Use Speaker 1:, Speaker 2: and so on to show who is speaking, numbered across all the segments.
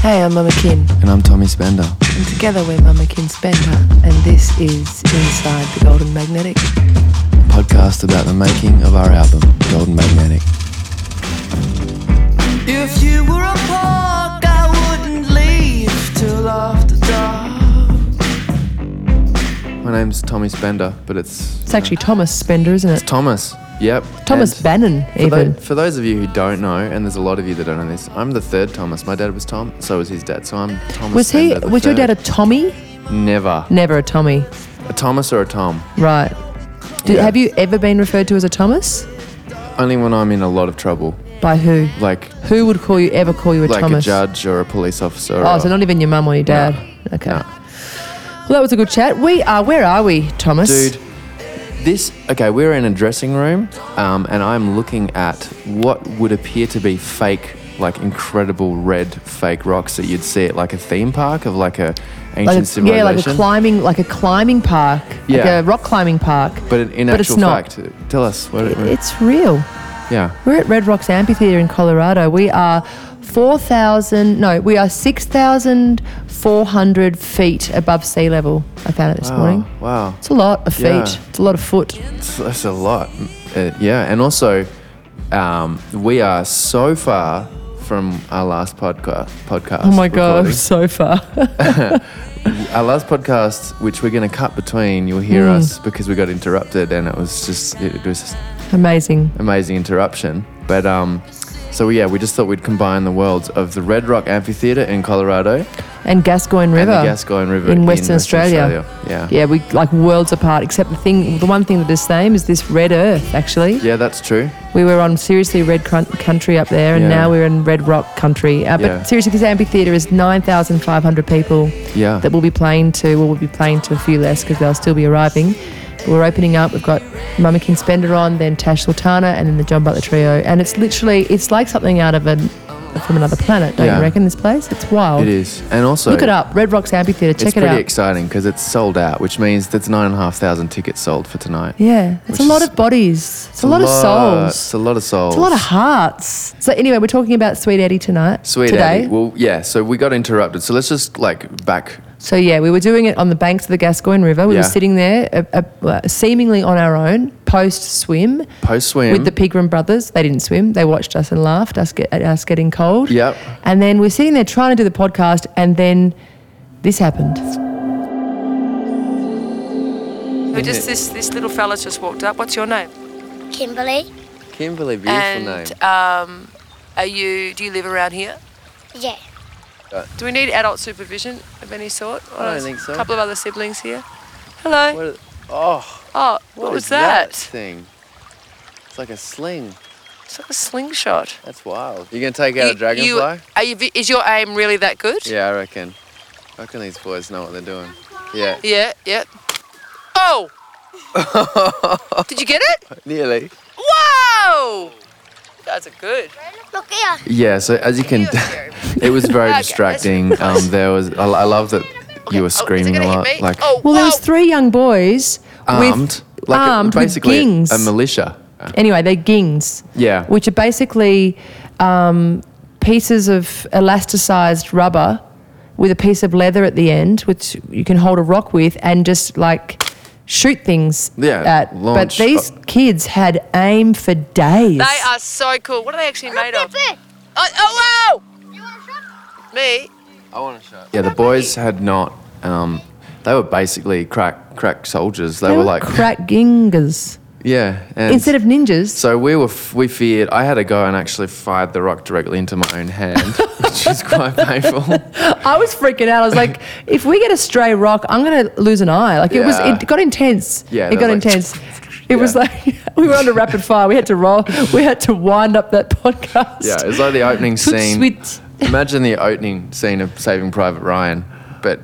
Speaker 1: Hey, I'm Mama Kin,
Speaker 2: And I'm Tommy Spender.
Speaker 1: and together we're Mama Kin Spender, and this is Inside the Golden Magnetic.
Speaker 2: a Podcast about the making of our album, Golden Magnetic.
Speaker 3: If you were a pork, I wouldn't leave till after dark.
Speaker 2: My name's Tommy Spender, but it's,
Speaker 1: It's actually Thomas Spender, isn't it?
Speaker 2: Thomas. Yep.
Speaker 1: Thomas
Speaker 2: And
Speaker 1: Bannon,
Speaker 2: for, tho-
Speaker 1: even.
Speaker 2: for those of you who don't know, and there's a lot of you that don't know this, I'm the third Thomas. My dad was Tom, so was his dad. So I'm Thomas.
Speaker 1: Was he?
Speaker 2: Spender the
Speaker 1: Was your
Speaker 2: third.
Speaker 1: dad a Tommy?
Speaker 2: Never.
Speaker 1: Never a Tommy,
Speaker 2: A Thomas or a Tom?
Speaker 1: right? Did,
Speaker 2: Yeah.
Speaker 1: Have you ever been referred to as a Thomas?
Speaker 2: Only when I'm in a lot of trouble,
Speaker 1: By who?
Speaker 2: like
Speaker 1: Who would call you ever call you a
Speaker 2: like
Speaker 1: Thomas?
Speaker 2: a judge or a police officer.
Speaker 1: Oh,
Speaker 2: or,
Speaker 1: so not even your mum or your dad. Okay.
Speaker 2: No.
Speaker 1: Well, that was a good chat. We are. Where are we, Thomas?
Speaker 2: Dude, this okay. We're in a dressing room, um, and I'm looking at what would appear to be fake, like incredible red fake rocks that you'd see at like a theme park of like a ancient
Speaker 1: Like a,
Speaker 2: civilization.
Speaker 1: yeah, like a climbing, like a climbing park, like
Speaker 2: Yeah.
Speaker 1: a rock climbing park.
Speaker 2: but in, in
Speaker 1: but it's
Speaker 2: actual
Speaker 1: not.
Speaker 2: fact, tell us what it,
Speaker 1: It's real.
Speaker 2: yeah.
Speaker 1: We're at Red Rocks Amphitheatre in Colorado. We are 4,000, no, we are 6,400 feet above sea level. I found it this morning.
Speaker 2: Wow, Oh, wow,
Speaker 1: It's a lot of feet.
Speaker 2: Yeah.
Speaker 1: It's a lot of foot.
Speaker 2: It's- that's a lot. Uh, yeah, and also, um, we are so far from our last podca- podcast.
Speaker 1: Oh my
Speaker 2: recording.
Speaker 1: God, so far.
Speaker 2: Our last podcast, which we're going to cut between, you'll hear
Speaker 1: Hmm.
Speaker 2: us because we got interrupted, and it was just it was just
Speaker 1: Amazing.
Speaker 2: amazing interruption. But um, so yeah, we just thought we'd combine the worlds of the Red Rock Amphitheatre in Colorado
Speaker 1: And Gascoyne
Speaker 2: and
Speaker 1: River.
Speaker 2: the Gascoyne River
Speaker 1: In Western Australia.
Speaker 2: Yeah. yeah,
Speaker 1: yeah, we like worlds apart. Except the thing, the one thing that is same is this red earth. Actually,
Speaker 2: that's true.
Speaker 1: we were on seriously red crun- country up there, and
Speaker 2: Yeah.
Speaker 1: now we're in red rock country. Uh, but
Speaker 2: Yeah.
Speaker 1: seriously, this amphitheatre is nine thousand five hundred people.
Speaker 2: Yeah,
Speaker 1: that we'll be playing to. Well, we'll be playing to a few less because they'll still be arriving. We're opening up. We've got Mama King Spender on, then Tash Sultana, and then the John Butler Trio. And it's literally, it's like something out of a from another planet. Don't
Speaker 2: Yeah.
Speaker 1: you reckon? This place, it's wild.
Speaker 2: it is. And also,
Speaker 1: Look it up, Red Rocks Amphitheatre.
Speaker 2: It's
Speaker 1: Check it
Speaker 2: pretty
Speaker 1: out.
Speaker 2: exciting because it's sold out, which means there's nine and a half thousand tickets sold for tonight.
Speaker 1: yeah, it's
Speaker 2: which
Speaker 1: a lot
Speaker 2: is-
Speaker 1: of bodies. It's a lot, of
Speaker 2: It's
Speaker 1: souls.
Speaker 2: a lot of souls.
Speaker 1: It's a lot of hearts. So anyway, we're talking about Sweet Eddie tonight.
Speaker 2: Sweet
Speaker 1: today.
Speaker 2: Eddie. Well, yeah. So we got interrupted. So let's just like back
Speaker 1: So yeah, we were doing it on the banks of the Gascoyne River. We
Speaker 2: Yeah.
Speaker 1: were sitting there, uh, uh, seemingly on our own, post swim.
Speaker 2: post swim.
Speaker 1: with the Pegram brothers. They didn't swim. They watched us and laughed us get at us getting cold.
Speaker 2: Yep.
Speaker 1: And then we're sitting there trying to do the podcast, and then this happened. But just this this little fella just walked up. What's your name?
Speaker 4: Kimberly?
Speaker 2: Kimberly, beautiful
Speaker 1: and um, are you? Do you live around here?
Speaker 4: Yeah.
Speaker 1: Do we need adult supervision of any sort?
Speaker 2: I don't think so.
Speaker 1: A couple of other siblings here. Hello.
Speaker 2: oh,
Speaker 1: oh, what, was that?
Speaker 2: thing? It's like a sling.
Speaker 1: It's like a slingshot.
Speaker 2: That's wild. You gonna take out a dragonfly?
Speaker 1: You, are you, vi- is your aim really that good?
Speaker 2: yeah, I reckon. I reckon these boys know what they're doing. Yeah,
Speaker 1: Yeah, yeah. Oh! Did you get it?
Speaker 2: nearly.
Speaker 1: Whoa! You guys are good.
Speaker 4: Look here.
Speaker 2: Yeah. So as you can,
Speaker 1: You are terrible.
Speaker 2: it was very
Speaker 1: Okay,
Speaker 2: distracting. Um, there was. I, I love that you
Speaker 1: Oh,
Speaker 2: were
Speaker 1: is it
Speaker 2: screaming a
Speaker 1: gonna hit
Speaker 2: lot,
Speaker 1: me?
Speaker 2: like
Speaker 1: oh, well, there was three young boys
Speaker 2: armed, like a-
Speaker 1: armed with
Speaker 2: basically a-
Speaker 1: gings.
Speaker 2: a militia.
Speaker 1: anyway, they're gings,
Speaker 2: Yeah.
Speaker 1: which are basically um, pieces of elasticized rubber with a piece of leather at the end, which you can hold a rock with and just like shoot things
Speaker 2: Yeah,
Speaker 1: at.
Speaker 2: launch-
Speaker 1: But these kids had aim for days.
Speaker 5: They are so cool. What are they actually made of?
Speaker 4: Look,
Speaker 5: Oh, oh wow! Me?
Speaker 2: I want to shot. Yeah, the boys had not. Um, they were basically crack crack soldiers. They,
Speaker 1: They
Speaker 2: were like
Speaker 1: crack gingers
Speaker 2: yeah. And
Speaker 1: instead of ninjas.
Speaker 2: So we were f- we feared. I had to go and actually fired the rock directly into my own hand, which was quite painful.
Speaker 1: I was freaking out. I was like, if we get a stray rock, I'm gonna lose an eye. Like it was,
Speaker 2: Yeah.
Speaker 1: it got intense.
Speaker 2: Yeah,
Speaker 1: it
Speaker 2: they're
Speaker 1: got
Speaker 2: like-
Speaker 1: intense. It was
Speaker 2: Yeah.
Speaker 1: like we were under rapid fire. We had to roll. We had to wind up that podcast.
Speaker 2: Yeah, it's like the opening
Speaker 1: Put
Speaker 2: scene.
Speaker 1: sweet-
Speaker 2: Imagine the opening scene of Saving Private Ryan, but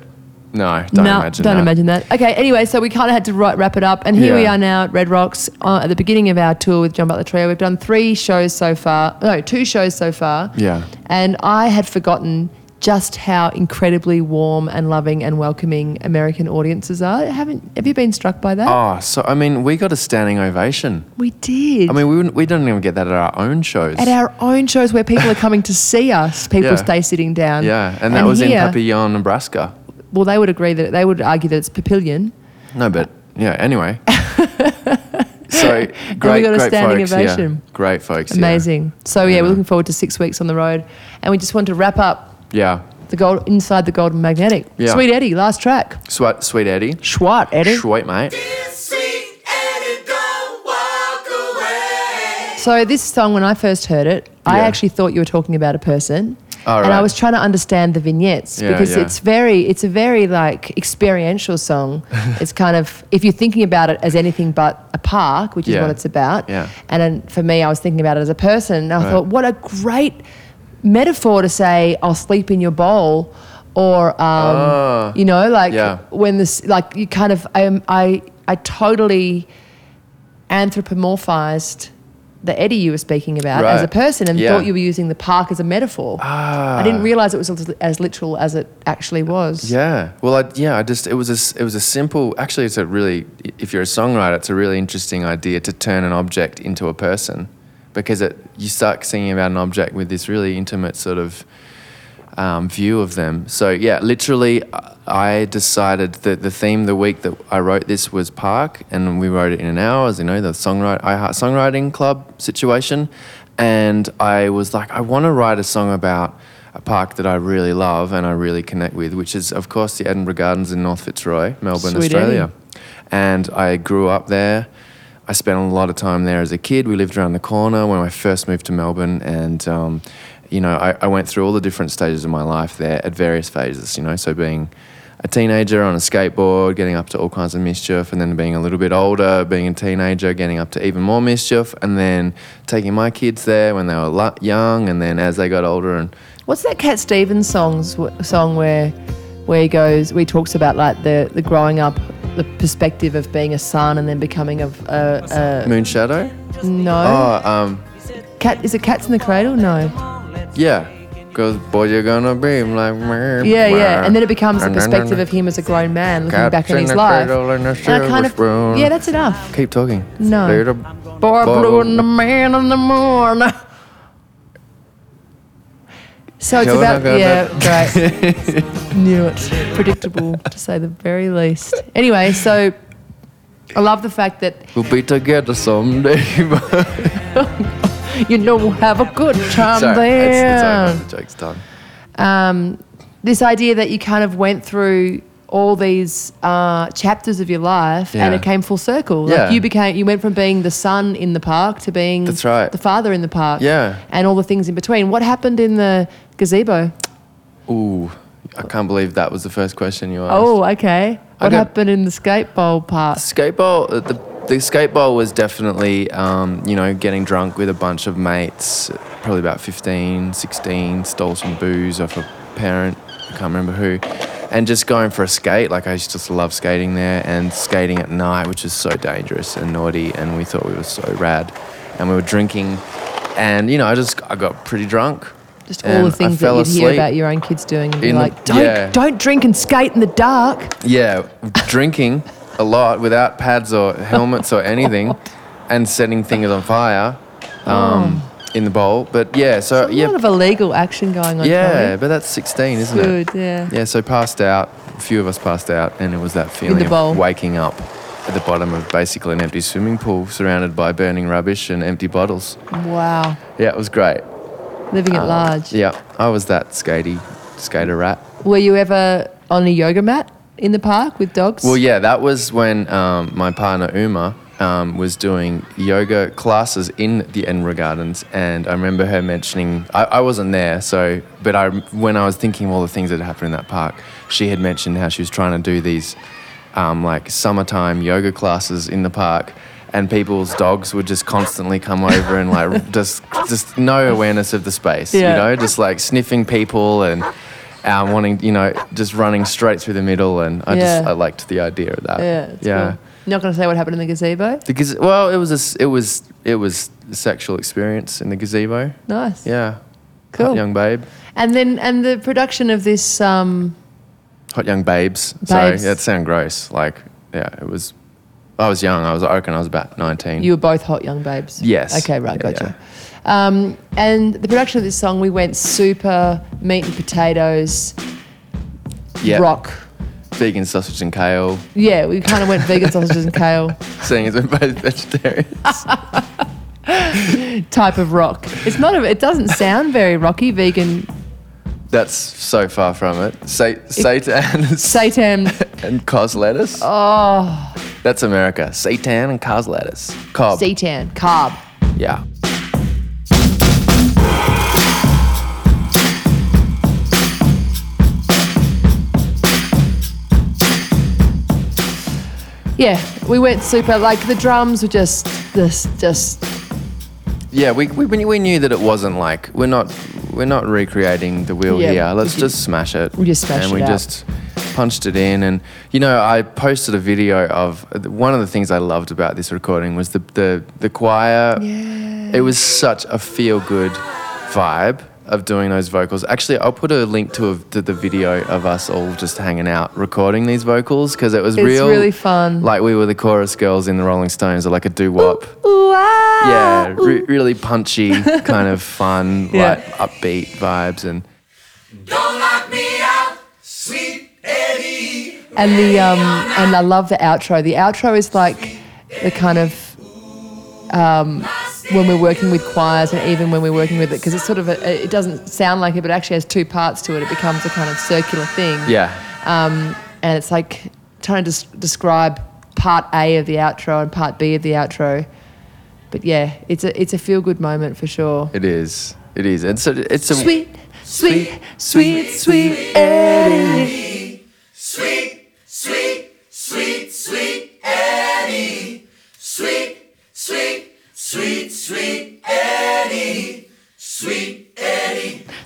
Speaker 2: no, don't
Speaker 1: no,
Speaker 2: imagine.
Speaker 1: don't
Speaker 2: that.
Speaker 1: imagine that. Okay, anyway, so we kind of had to write, wrap it up, and here we
Speaker 2: Yeah.
Speaker 1: are now at Red Rocks uh, at the beginning of our tour with John Butler Trio. We've done three shows so far, no, two shows so far.
Speaker 2: Yeah.
Speaker 1: And I had forgotten
Speaker 5: just how incredibly warm and loving and welcoming American audiences are. Haven't have you been struck by that?
Speaker 2: Oh, so I mean, we got a standing ovation.
Speaker 5: we did.
Speaker 2: I mean, we wouldn't, we don't even get that at our own shows.
Speaker 5: at our own shows where people are coming to see us, people
Speaker 2: Yeah.
Speaker 5: stay sitting down.
Speaker 2: yeah, and that was
Speaker 5: here-
Speaker 2: in Papillon, Nebraska.
Speaker 5: Well, they would agree that they would argue that it's Papillion.
Speaker 2: No, but yeah. Anyway, so great,
Speaker 5: got a
Speaker 2: great
Speaker 5: standing
Speaker 2: folks.
Speaker 5: ovation.
Speaker 2: Yeah, great folks. yeah.
Speaker 5: Amazing. So yeah,
Speaker 2: Yeah.
Speaker 5: we're looking forward to six weeks on the road, and we just want to wrap up
Speaker 2: Yeah.
Speaker 5: the gold inside the golden magnetic.
Speaker 2: Yeah.
Speaker 5: Sweet Eddie, last track.
Speaker 2: Sweet, sweet Eddie.
Speaker 5: Schwat Eddie.
Speaker 2: Sweet mate.
Speaker 5: So this song, when I first heard it, I
Speaker 2: Yeah.
Speaker 5: actually thought you were talking about a person,
Speaker 2: Oh,
Speaker 5: and I
Speaker 2: right.
Speaker 5: was trying to understand the vignettes
Speaker 2: Yeah,
Speaker 5: because
Speaker 2: yeah.
Speaker 5: it's very, it's a very like experiential song. it's kind of if you're thinking about it as anything but a park, which is
Speaker 2: Yeah.
Speaker 5: what it's about.
Speaker 2: Yeah.
Speaker 5: And then for me, I was thinking about it as a person. And I
Speaker 2: Right.
Speaker 5: thought, what a great metaphor to say, "I'll sleep in your bowl," or um,
Speaker 2: Ah.
Speaker 5: you know, like
Speaker 2: Yeah.
Speaker 5: when this, like you kind of, I, I, I totally anthropomorphized the Eddie you were speaking about as a
Speaker 2: Right.
Speaker 5: person and
Speaker 2: Yeah.
Speaker 5: thought you were using the park as a metaphor.
Speaker 2: Ah,
Speaker 5: I didn't realize it was as- as literal as it actually was.
Speaker 2: Yeah. Well, I, yeah. I just it was a s- it was a simple. Actually, it's a really if you're a songwriter, it's a really interesting idea to turn an object into a person, because it you start singing about an object with this really intimate sort of um, view of them. So yeah, literally, uh, I I decided that the theme the week that I wrote this was park, and we wrote it in an hour, as you know, the songwrite I Heart Songwriting Club situation, and I was like, I want to write a song about a park that I really love and I really connect with, which is of course the Edinburgh Gardens in North Fitzroy, Melbourne,
Speaker 5: Sweet
Speaker 2: Australia, and I grew up there. I spent a lot of time there as a kid. We lived around the corner when I first moved to Melbourne, and um, you know, I, I went through all the different stages of my life there at various phases. You know, so being a teenager on a skateboard, getting up to all kinds of mischief, and then being a little bit older, being a teenager, getting up to even more mischief, and then taking my kids there when they were lo- young, and then as they got older, and
Speaker 5: What's that Cat Stevens songs song where where he goes where he talks about like the, the growing up, the perspective of being a son and then becoming of a,
Speaker 2: Moonshadow.
Speaker 5: a no
Speaker 2: Oh, um,
Speaker 5: cat is it Cats in the Cradle? No.
Speaker 2: yeah. Goes, boy, you're gonna be like,
Speaker 5: Yeah, yeah, and then it becomes the perspective of him as a grown man looking
Speaker 2: Cats
Speaker 5: back on
Speaker 2: in
Speaker 5: his
Speaker 2: the
Speaker 5: life.
Speaker 2: cradle and a silver spoon.
Speaker 5: yeah, that's enough.
Speaker 2: Keep talking.
Speaker 5: No.
Speaker 2: Little
Speaker 5: Boy
Speaker 2: Boy
Speaker 5: blue and the man in the moon. So Oh, it's
Speaker 2: Joe
Speaker 5: about
Speaker 2: Nugent.
Speaker 5: yeah, great. Knew it. Predictable to say the very least. Anyway, so I love the fact that
Speaker 2: We'll be together someday.
Speaker 5: you know we'll have a good time there.
Speaker 2: It's, it's over. The joke's done.
Speaker 5: um, this idea that you kind of went through all these uh, chapters of your life and
Speaker 2: Yeah.
Speaker 5: it came full circle.
Speaker 2: Yeah.
Speaker 5: Like you became, you went from being the son in the park to being
Speaker 2: That's right.
Speaker 5: the father in the park.
Speaker 2: Yeah.
Speaker 5: And all the things in between. What happened in the gazebo?
Speaker 2: Ooh, I can't believe that was the first question you asked.
Speaker 5: Oh, okay. What
Speaker 2: Okay.
Speaker 5: happened in the skateboard part?
Speaker 2: skateball. uh, The the skateball was definitely, um, you know, getting drunk with a bunch of mates, probably about 15, 16, stole some booze off a parent, I can't remember who, and just going for a skate. Like, I used to just love skating there and skating at night, which is so dangerous and naughty, and we thought we were so rad. And we were drinking, and, you know, I just I got pretty drunk.
Speaker 5: Just
Speaker 2: and
Speaker 5: all the
Speaker 2: I
Speaker 5: things that
Speaker 2: fell
Speaker 5: you hear
Speaker 2: asleep.
Speaker 5: about your own kids doing. And you're
Speaker 2: In the-
Speaker 5: like, don't,
Speaker 2: yeah. Uh,
Speaker 5: don't drink and skate in the dark.
Speaker 2: Yeah, drinking a lot without pads or helmets or anything, and setting things on fire um, in the bowl. But yeah, so
Speaker 5: Oh. A
Speaker 2: yeah,
Speaker 5: lot of illegal action going on.
Speaker 2: yeah,
Speaker 5: Charlie.
Speaker 2: but that's sixteen, isn't
Speaker 5: Good,
Speaker 2: it?
Speaker 5: yeah.
Speaker 2: Yeah, so passed out. A few of us passed out, and it was that feeling
Speaker 5: the bowl.
Speaker 2: of waking up at the bottom of basically an empty swimming pool, surrounded by burning rubbish and empty bottles.
Speaker 5: Wow.
Speaker 2: Yeah, it was great.
Speaker 5: Living at large.
Speaker 2: Yeah, I was that skatey skater rat.
Speaker 5: Were you ever on a yoga mat in the park with dogs?
Speaker 2: Well, yeah, that was when um, my partner Uma um, was doing yoga classes in the Edinburgh Gardens, and I remember her mentioning I, I wasn't there, so but I when I was thinking of all the things that happened in that park, she had mentioned how she was trying to do these um, like summertime yoga classes in the park. And people's dogs would just constantly come over and like just just no awareness of the space,
Speaker 5: Yeah.
Speaker 2: you know, just like sniffing people and um, wanting, you know, just running straight through the middle. And I just
Speaker 5: Yeah.
Speaker 2: I liked the idea of that.
Speaker 5: Yeah. it's
Speaker 2: yeah.
Speaker 5: cool. Not going to say what happened in the gazebo.
Speaker 2: The gaze- well, it was a s it was it was a sexual experience in the gazebo.
Speaker 5: Nice.
Speaker 2: Yeah.
Speaker 5: Cool.
Speaker 2: Hot young babe.
Speaker 5: And then and the production of this um,
Speaker 2: Hot young babes. Sorry,
Speaker 5: Babes.
Speaker 2: that sound gross. Like, yeah, it was. I was young. I was. I reckon I was about nineteen.
Speaker 5: you were both hot young babes.
Speaker 2: Yes.
Speaker 5: Okay, right,
Speaker 2: Yeah,
Speaker 5: gotcha. Um, and the production of this song we went super meat and potatoes,
Speaker 2: yeah.
Speaker 5: rock.
Speaker 2: Vegan sausage and kale.
Speaker 5: Yeah, we kind of went vegan sausages and kale
Speaker 2: Seeing as we're both vegetarian.
Speaker 5: type of rock. It's not a, it doesn't sound very rocky, vegan
Speaker 2: That's so far from it. Sa- Satan
Speaker 5: seitan.
Speaker 2: and cos lettuce. Oh. That's America. Satan and cos lettuce. Cob.
Speaker 5: seitan, carb.
Speaker 2: yeah.
Speaker 5: Yeah, we went super. Like the drums were just this, just
Speaker 2: Yeah, we, we, we knew that it wasn't like we're not we're not recreating the wheel
Speaker 5: Yeah,
Speaker 2: here. Let's
Speaker 5: we
Speaker 2: just smash it.
Speaker 5: we just smashed
Speaker 2: and we
Speaker 5: it out.
Speaker 2: just punched it in. And you know, I posted a video of one of the things I loved about this recording was the the, the choir. It was such a feel good vibe of doing those vocals. Actually, I'll put a link to, a, to the video of us all just hanging out recording these vocals because it was
Speaker 5: It's
Speaker 2: real.
Speaker 5: really fun.
Speaker 2: Like we were the chorus girls in the Rolling Stones, or like a doo wop.
Speaker 5: wow.
Speaker 2: Yeah, re- really punchy, kind of fun,
Speaker 5: Yeah.
Speaker 2: like upbeat vibes, and
Speaker 5: And the um, and I love the outro. The outro is like the kind of um, when we're working with choirs and even when we're working with it because it's sort of a, it doesn't sound like it, but it actually has two parts to it. It becomes a kind of circular thing.
Speaker 2: yeah,
Speaker 5: And it's like trying to des- describe part A of the outro and part B of the outro. But yeah, it's a it's a feel good moment for sure.
Speaker 2: it is, it is. It's a, it's a
Speaker 5: Sweet, sweet, sweet, sweet Eddie.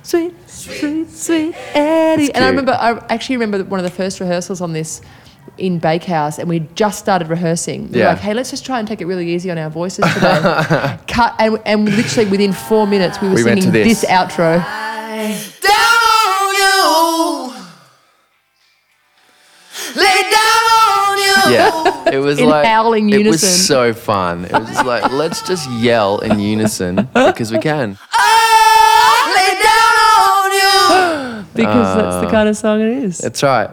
Speaker 5: Sweet, sweet, sweet Eddie. and I
Speaker 2: cute.
Speaker 5: remember, I actually remember one of the first rehearsals on this in Bakehouse, and we just started rehearsing. We were
Speaker 2: Yeah.
Speaker 5: like, hey, let's just try and take it really easy on our voices today. Cut, and, and literally within four minutes, we were
Speaker 2: We went to
Speaker 5: singing
Speaker 2: this.
Speaker 5: this. outro.
Speaker 1: down on you. Lay down on you.
Speaker 2: Yeah, it was
Speaker 5: In
Speaker 2: like
Speaker 5: howling
Speaker 2: It was
Speaker 5: unison.
Speaker 2: so fun. It was just like let's just yell in unison because we can.
Speaker 1: Oh, lay down on you.
Speaker 5: Because that's
Speaker 2: Uh,
Speaker 5: the kind of song it is.
Speaker 2: That's right.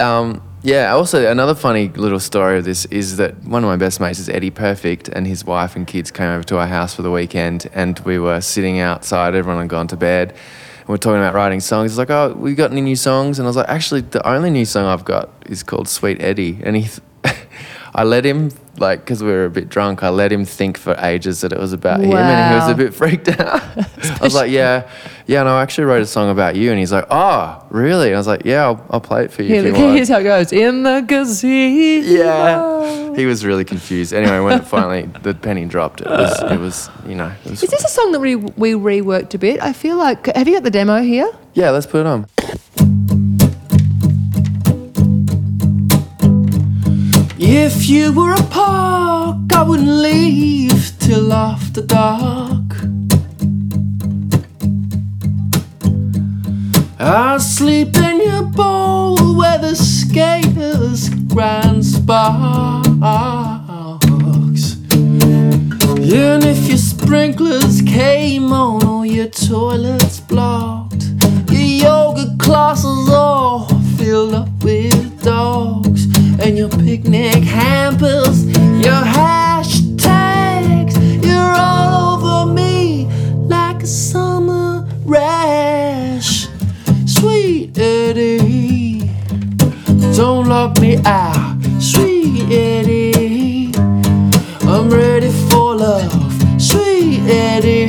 Speaker 2: Um, yeah. Also, another funny little story of this is that one of my best mates is Eddie Perfect, and his wife and kids came over to our house for the weekend, and we were sitting outside. Everyone had gone to bed. And we're talking about writing songs. He's like, "Oh, we got any new songs?" And I was like, "Actually, the only new song I've got is called Sweet Eddie." And he, th- I let him like because we were a bit drunk. I let him think for ages that it was about him, and he was
Speaker 5: Wow.
Speaker 2: a bit freaked out. I was like, "Yeah, yeah." No, I actually wrote a song about you, and he's like, "Oh, really?" And I was like, "Yeah, I'll, I'll play it for you." if
Speaker 5: Here,
Speaker 2: you
Speaker 5: look,
Speaker 2: want."
Speaker 5: here's how it goes. In the gazebo.
Speaker 2: Yeah. He was really confused. Anyway, when it finally the penny dropped, it was it was you know. It was
Speaker 5: Is this a song that we, we reworked a bit? I feel like. Have you got the demo here?
Speaker 2: yeah, let's put it on.
Speaker 1: If you were a park, I wouldn't leave till after dark. I sleep in your bowl where the skaters grand sparks. And if your sprinklers came on or your toilets blocked, your yoga classes all filled up with dogs, and your picnic hampers, your hashtags, you're all over me like a summer rash. Sweet Eddie, don't lock me out, sweet Eddie. I'm ready for love, sweet Eddie.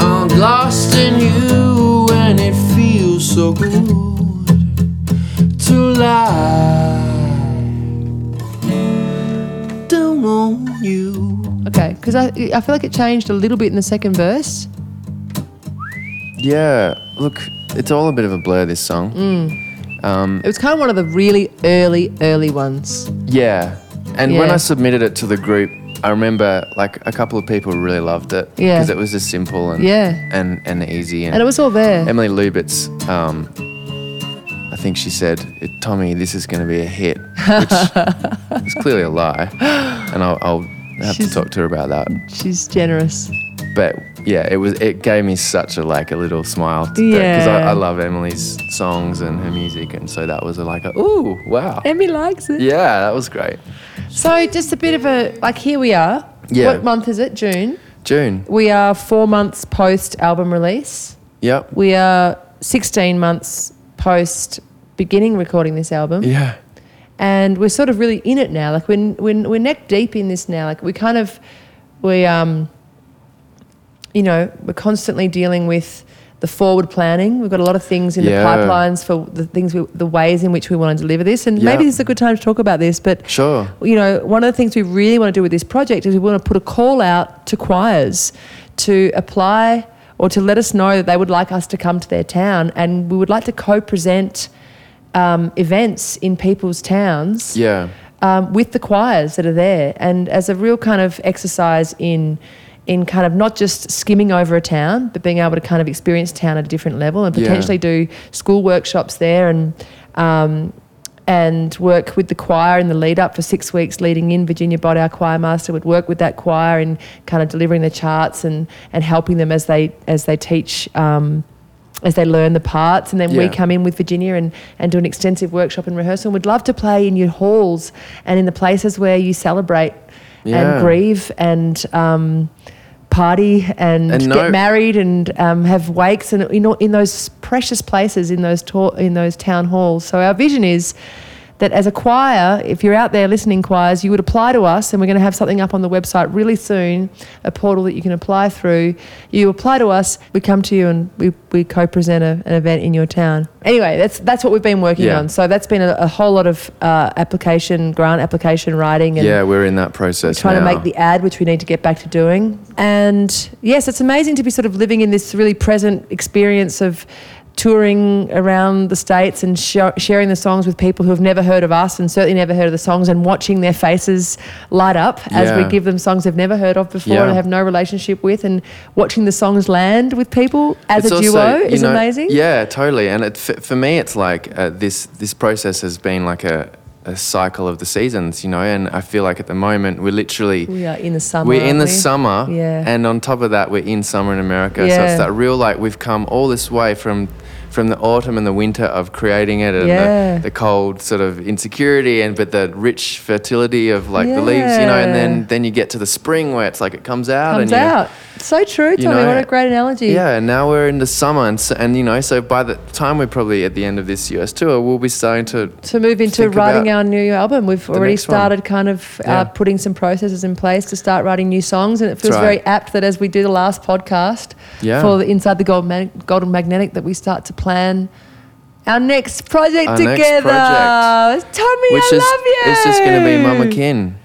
Speaker 1: I'm lost in you, and it feels so good to lie down on you.
Speaker 5: Okay, because I, I feel like it changed a little bit in the second verse.
Speaker 2: Yeah, look, it's all a bit of a blur. This song.
Speaker 1: Mm.
Speaker 2: Mm.
Speaker 5: It was kind of one of the really early, early ones.
Speaker 2: Yeah, and when
Speaker 5: Yeah.
Speaker 2: I submitted it to the group I remember like a couple of people really loved it
Speaker 5: Yeah.
Speaker 2: because it was just simple and
Speaker 5: Yeah.
Speaker 2: and and easy. And,
Speaker 5: And it was all there.
Speaker 2: Emily Lubitz. Um, I think she said, "Tommy, this is going to be a hit," which is clearly a lie, and I'll, I'll have
Speaker 5: She's-
Speaker 2: to talk to her about that.
Speaker 5: She's generous.
Speaker 2: But yeah, it was it gave me such a like a little smile because
Speaker 5: Yeah.
Speaker 2: I, I love Emily's songs and her music, and so that was a, like a ooh wow.
Speaker 5: Emmy likes it.
Speaker 2: Yeah, that was great.
Speaker 5: So just a bit of a like here we are.
Speaker 2: Yeah.
Speaker 5: What month is it? June.
Speaker 2: June.
Speaker 5: We are four months post album release.
Speaker 2: Yep.
Speaker 5: We are sixteen months post beginning recording this album.
Speaker 2: Yeah.
Speaker 5: and we're sort of really in it now. Like we're, we're, we're neck deep in this now. Like we kind of, we um, you know, we're constantly dealing with the forward planning. We've got a lot of things in
Speaker 2: Yeah.
Speaker 5: the pipelines for the things, we, the ways in which we want to deliver this. And maybe
Speaker 2: Yeah.
Speaker 5: this is a good time to talk about this. But
Speaker 2: Sure.
Speaker 5: you know, one of the things we really want to do with this project is we want to put a call out to choirs to apply or to let us know that they would like us to come to their town and we would like to co present um, events in people's towns
Speaker 2: Yeah.
Speaker 5: um, with the choirs that are there, and as a real kind of exercise in in kind of not just skimming over a town, but being able to kind of experience town at a different level, and
Speaker 2: Yeah.
Speaker 5: potentially do school workshops there, and um, and work with the choir in the lead up for six weeks leading in. Virginia Bott, our choir master, would work with that choir in kind of delivering the charts and and helping them as they as they teach. Um, as they learn the parts, and then we
Speaker 2: Yeah.
Speaker 5: come in with Virginia and, and do an extensive workshop and rehearsal. And we'd love to play in your halls and in the places where you celebrate
Speaker 2: Yeah.
Speaker 5: and grieve and um, party and,
Speaker 2: And
Speaker 5: get
Speaker 2: no-
Speaker 5: married and um, have wakes and in, all- in those precious places in those ta- in those town halls. So our vision is. That as a choir, if you're out there listening, choirs, you would apply to us, and we're going to have something up on the website really soon, a portal that you can apply through. You apply to us, we come to you, and we, we co-present a, an event in your town. Anyway, that's that's what we've been working
Speaker 2: Yeah.
Speaker 5: on. So that's been a, a whole lot of uh, application, grant application writing, and
Speaker 2: Yeah, we're in that process
Speaker 5: trying
Speaker 2: now.
Speaker 5: to make the ad, which we need to get back to doing. And yes, it's amazing to be sort of living in this really present experience of touring around the states and sh- sharing the songs with people who have never heard of us and certainly never heard of the songs and watching their faces light up as
Speaker 2: Yeah.
Speaker 5: we give them songs they've never heard of before
Speaker 2: Yeah.
Speaker 5: and have no relationship with and watching the songs land with people as
Speaker 2: It's
Speaker 5: a
Speaker 2: also,
Speaker 5: duo
Speaker 2: you
Speaker 5: is
Speaker 2: know,
Speaker 5: amazing.
Speaker 2: Yeah, totally. And it, for, for me, it's like uh, this this process has been like a, a cycle of the seasons, you know. And I feel like at the moment we're literally
Speaker 5: We are in the summer.
Speaker 2: we're in
Speaker 5: aren't
Speaker 2: the
Speaker 5: we?
Speaker 2: summer,
Speaker 5: Yeah.
Speaker 2: and on top of that, we're in summer in America. So
Speaker 5: Yeah.
Speaker 2: it's that real like we've come all this way from from the autumn and the winter of creating it, and
Speaker 5: Yeah.
Speaker 2: the, the cold sort of insecurity, and but the rich fertility of like the leaves, you know. And
Speaker 5: Yeah.
Speaker 2: then then you get to the spring where it's like it comes out and
Speaker 5: comes
Speaker 2: you-
Speaker 5: out. So true, Tommy.
Speaker 2: you know,
Speaker 5: what a great analogy.
Speaker 2: yeah, and now we're into summer, and, so, and you know, so by the time we're probably at the end of this US tour, we'll be starting to.
Speaker 5: to move into
Speaker 2: think
Speaker 5: writing
Speaker 2: about
Speaker 5: our new album. We've already
Speaker 2: next one.
Speaker 5: started kind of
Speaker 2: Yeah.
Speaker 5: uh, putting some processes in place to start writing new songs, and it feels
Speaker 2: right.
Speaker 5: very apt that as we do the last podcast
Speaker 2: Yeah.
Speaker 5: for the Inside the Gold Man- Golden Magnetic, that we start to plan our next project
Speaker 2: Our next
Speaker 5: together.
Speaker 2: project.
Speaker 5: Tommy,
Speaker 2: which
Speaker 5: I
Speaker 2: is
Speaker 5: love you.
Speaker 2: it's just going to be Mama Kin.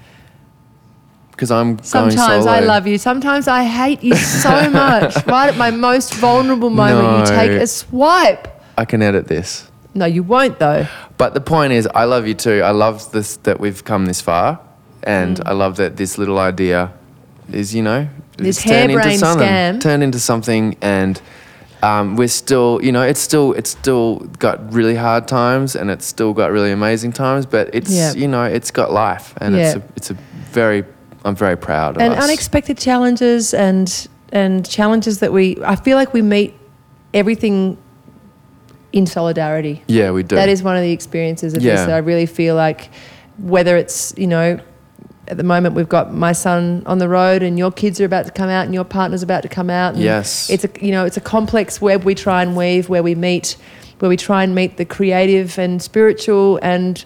Speaker 2: Because I'm
Speaker 5: Sometimes
Speaker 2: going solo.
Speaker 5: I love you. Sometimes I hate you so much. right at my most vulnerable moment, you
Speaker 2: No.
Speaker 5: take a swipe.
Speaker 2: I can edit this,
Speaker 5: No, you won't though.
Speaker 2: but the point is, I love you too. I love this that we've come this far, and
Speaker 5: Mm.
Speaker 2: I love that this little idea is, you know,
Speaker 5: This
Speaker 2: it's turned into
Speaker 5: harebrained
Speaker 2: something,
Speaker 5: scam.
Speaker 2: turned into something, and. Um, we're still, you know, it's still, it's still got really hard times, and it's still got really amazing times. But it's,
Speaker 5: Yeah.
Speaker 2: you know, it's got life, and it's, a,
Speaker 5: Yeah.
Speaker 2: it's a very, I'm very proud of
Speaker 5: and
Speaker 2: us.
Speaker 5: unexpected challenges and and challenges that we I feel like we meet everything in solidarity.
Speaker 2: yeah, we do.
Speaker 5: That is one of the experiences of this
Speaker 2: Yeah.
Speaker 5: that I really feel like whether it's, you know, at the moment we've got my son on the road and your kids are about to come out and your partner's about to come out. And
Speaker 2: Yes.
Speaker 5: It's a you know, it's a complex web we try and weave where we meet where we try and meet the creative and spiritual and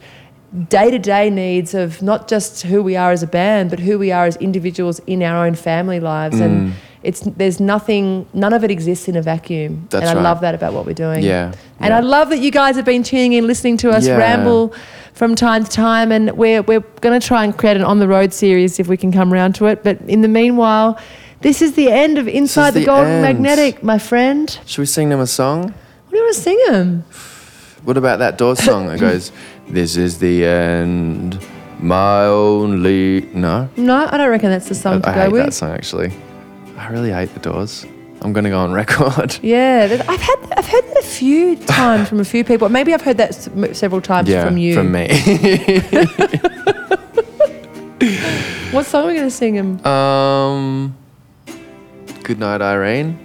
Speaker 5: day-to-day needs of not just who we are as a band but who we are as individuals in our own family lives
Speaker 2: Mm.
Speaker 5: and it's there's nothing none of it exists in a vacuum
Speaker 2: That's
Speaker 5: and i
Speaker 2: right.
Speaker 5: love that about what we're doing
Speaker 2: Yeah,
Speaker 5: and
Speaker 2: yeah.
Speaker 5: i love that you guys have been tuning in, listening to us
Speaker 2: Yeah.
Speaker 5: ramble from time to time. And we're, we're going to try and create an on the road series if we can come round to it. But in the meanwhile, this is the end of Inside the,
Speaker 2: the
Speaker 5: Golden
Speaker 2: end.
Speaker 5: Magnetic, my friend.
Speaker 2: Should we sing them a song?
Speaker 5: What do you want to sing him?
Speaker 2: What about that Doors song that goes, This is the end My only no.
Speaker 5: No, I don't reckon that's the song to
Speaker 2: I
Speaker 5: go
Speaker 2: hate
Speaker 5: with.
Speaker 2: that song actually. I really hate the Doors. I'm gonna go on record.
Speaker 5: Yeah, that- I've had I've heard that a few times from a few people. Maybe I've heard that s- m- several times
Speaker 2: yeah,
Speaker 5: from you.
Speaker 2: from me.
Speaker 5: What song are we going to sing? 'em?
Speaker 2: um, good night, Irene.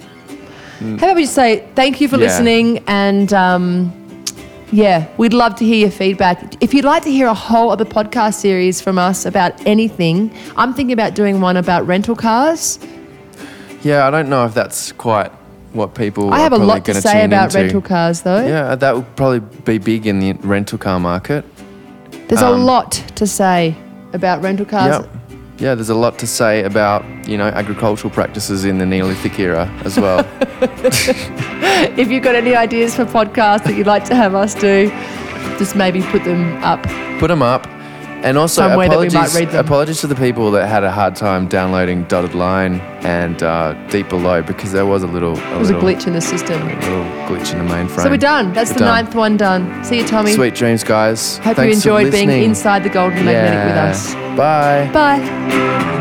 Speaker 5: How about we just say thank you for
Speaker 2: Yeah.
Speaker 5: listening and. Um, yeah, we'd love to hear your feedback. If you'd like to hear a whole other podcast series from us about anything, I'm thinking about doing one about rental cars.
Speaker 2: Yeah, I don't know if that's quite what people.
Speaker 5: I
Speaker 2: are
Speaker 5: have a
Speaker 2: probably
Speaker 5: lot to
Speaker 2: gonna
Speaker 5: say
Speaker 2: tune
Speaker 5: about
Speaker 2: into.
Speaker 5: rental cars, though.
Speaker 2: Yeah, that would probably be big in the rental car market.
Speaker 5: There's a
Speaker 2: um,
Speaker 5: lot to say about rental cars.
Speaker 2: Yep. Yeah, there's a lot to say about you know agricultural practices in the Neolithic era as well.
Speaker 5: If you've got any ideas for podcasts that you'd like to have us do, just maybe put them up.
Speaker 2: Put them up, and also
Speaker 5: Somewhere that we
Speaker 2: apologies,
Speaker 5: might read them.
Speaker 2: apologies to the people that had a hard time downloading Dotted Line and uh, Deep Below because there was a little a,
Speaker 5: It was a
Speaker 2: little,
Speaker 5: glitch in the system.
Speaker 2: little glitch in the mainframe.
Speaker 5: So we're done. That's
Speaker 2: We're
Speaker 5: the
Speaker 2: done.
Speaker 5: ninth one done. See you, Tommy.
Speaker 2: Sweet dreams, guys.
Speaker 5: Hope
Speaker 2: Thanks
Speaker 5: you
Speaker 2: for
Speaker 5: enjoyed being
Speaker 2: listening.
Speaker 5: inside the Golden Magnetic with us.
Speaker 2: Bye.
Speaker 5: Bye.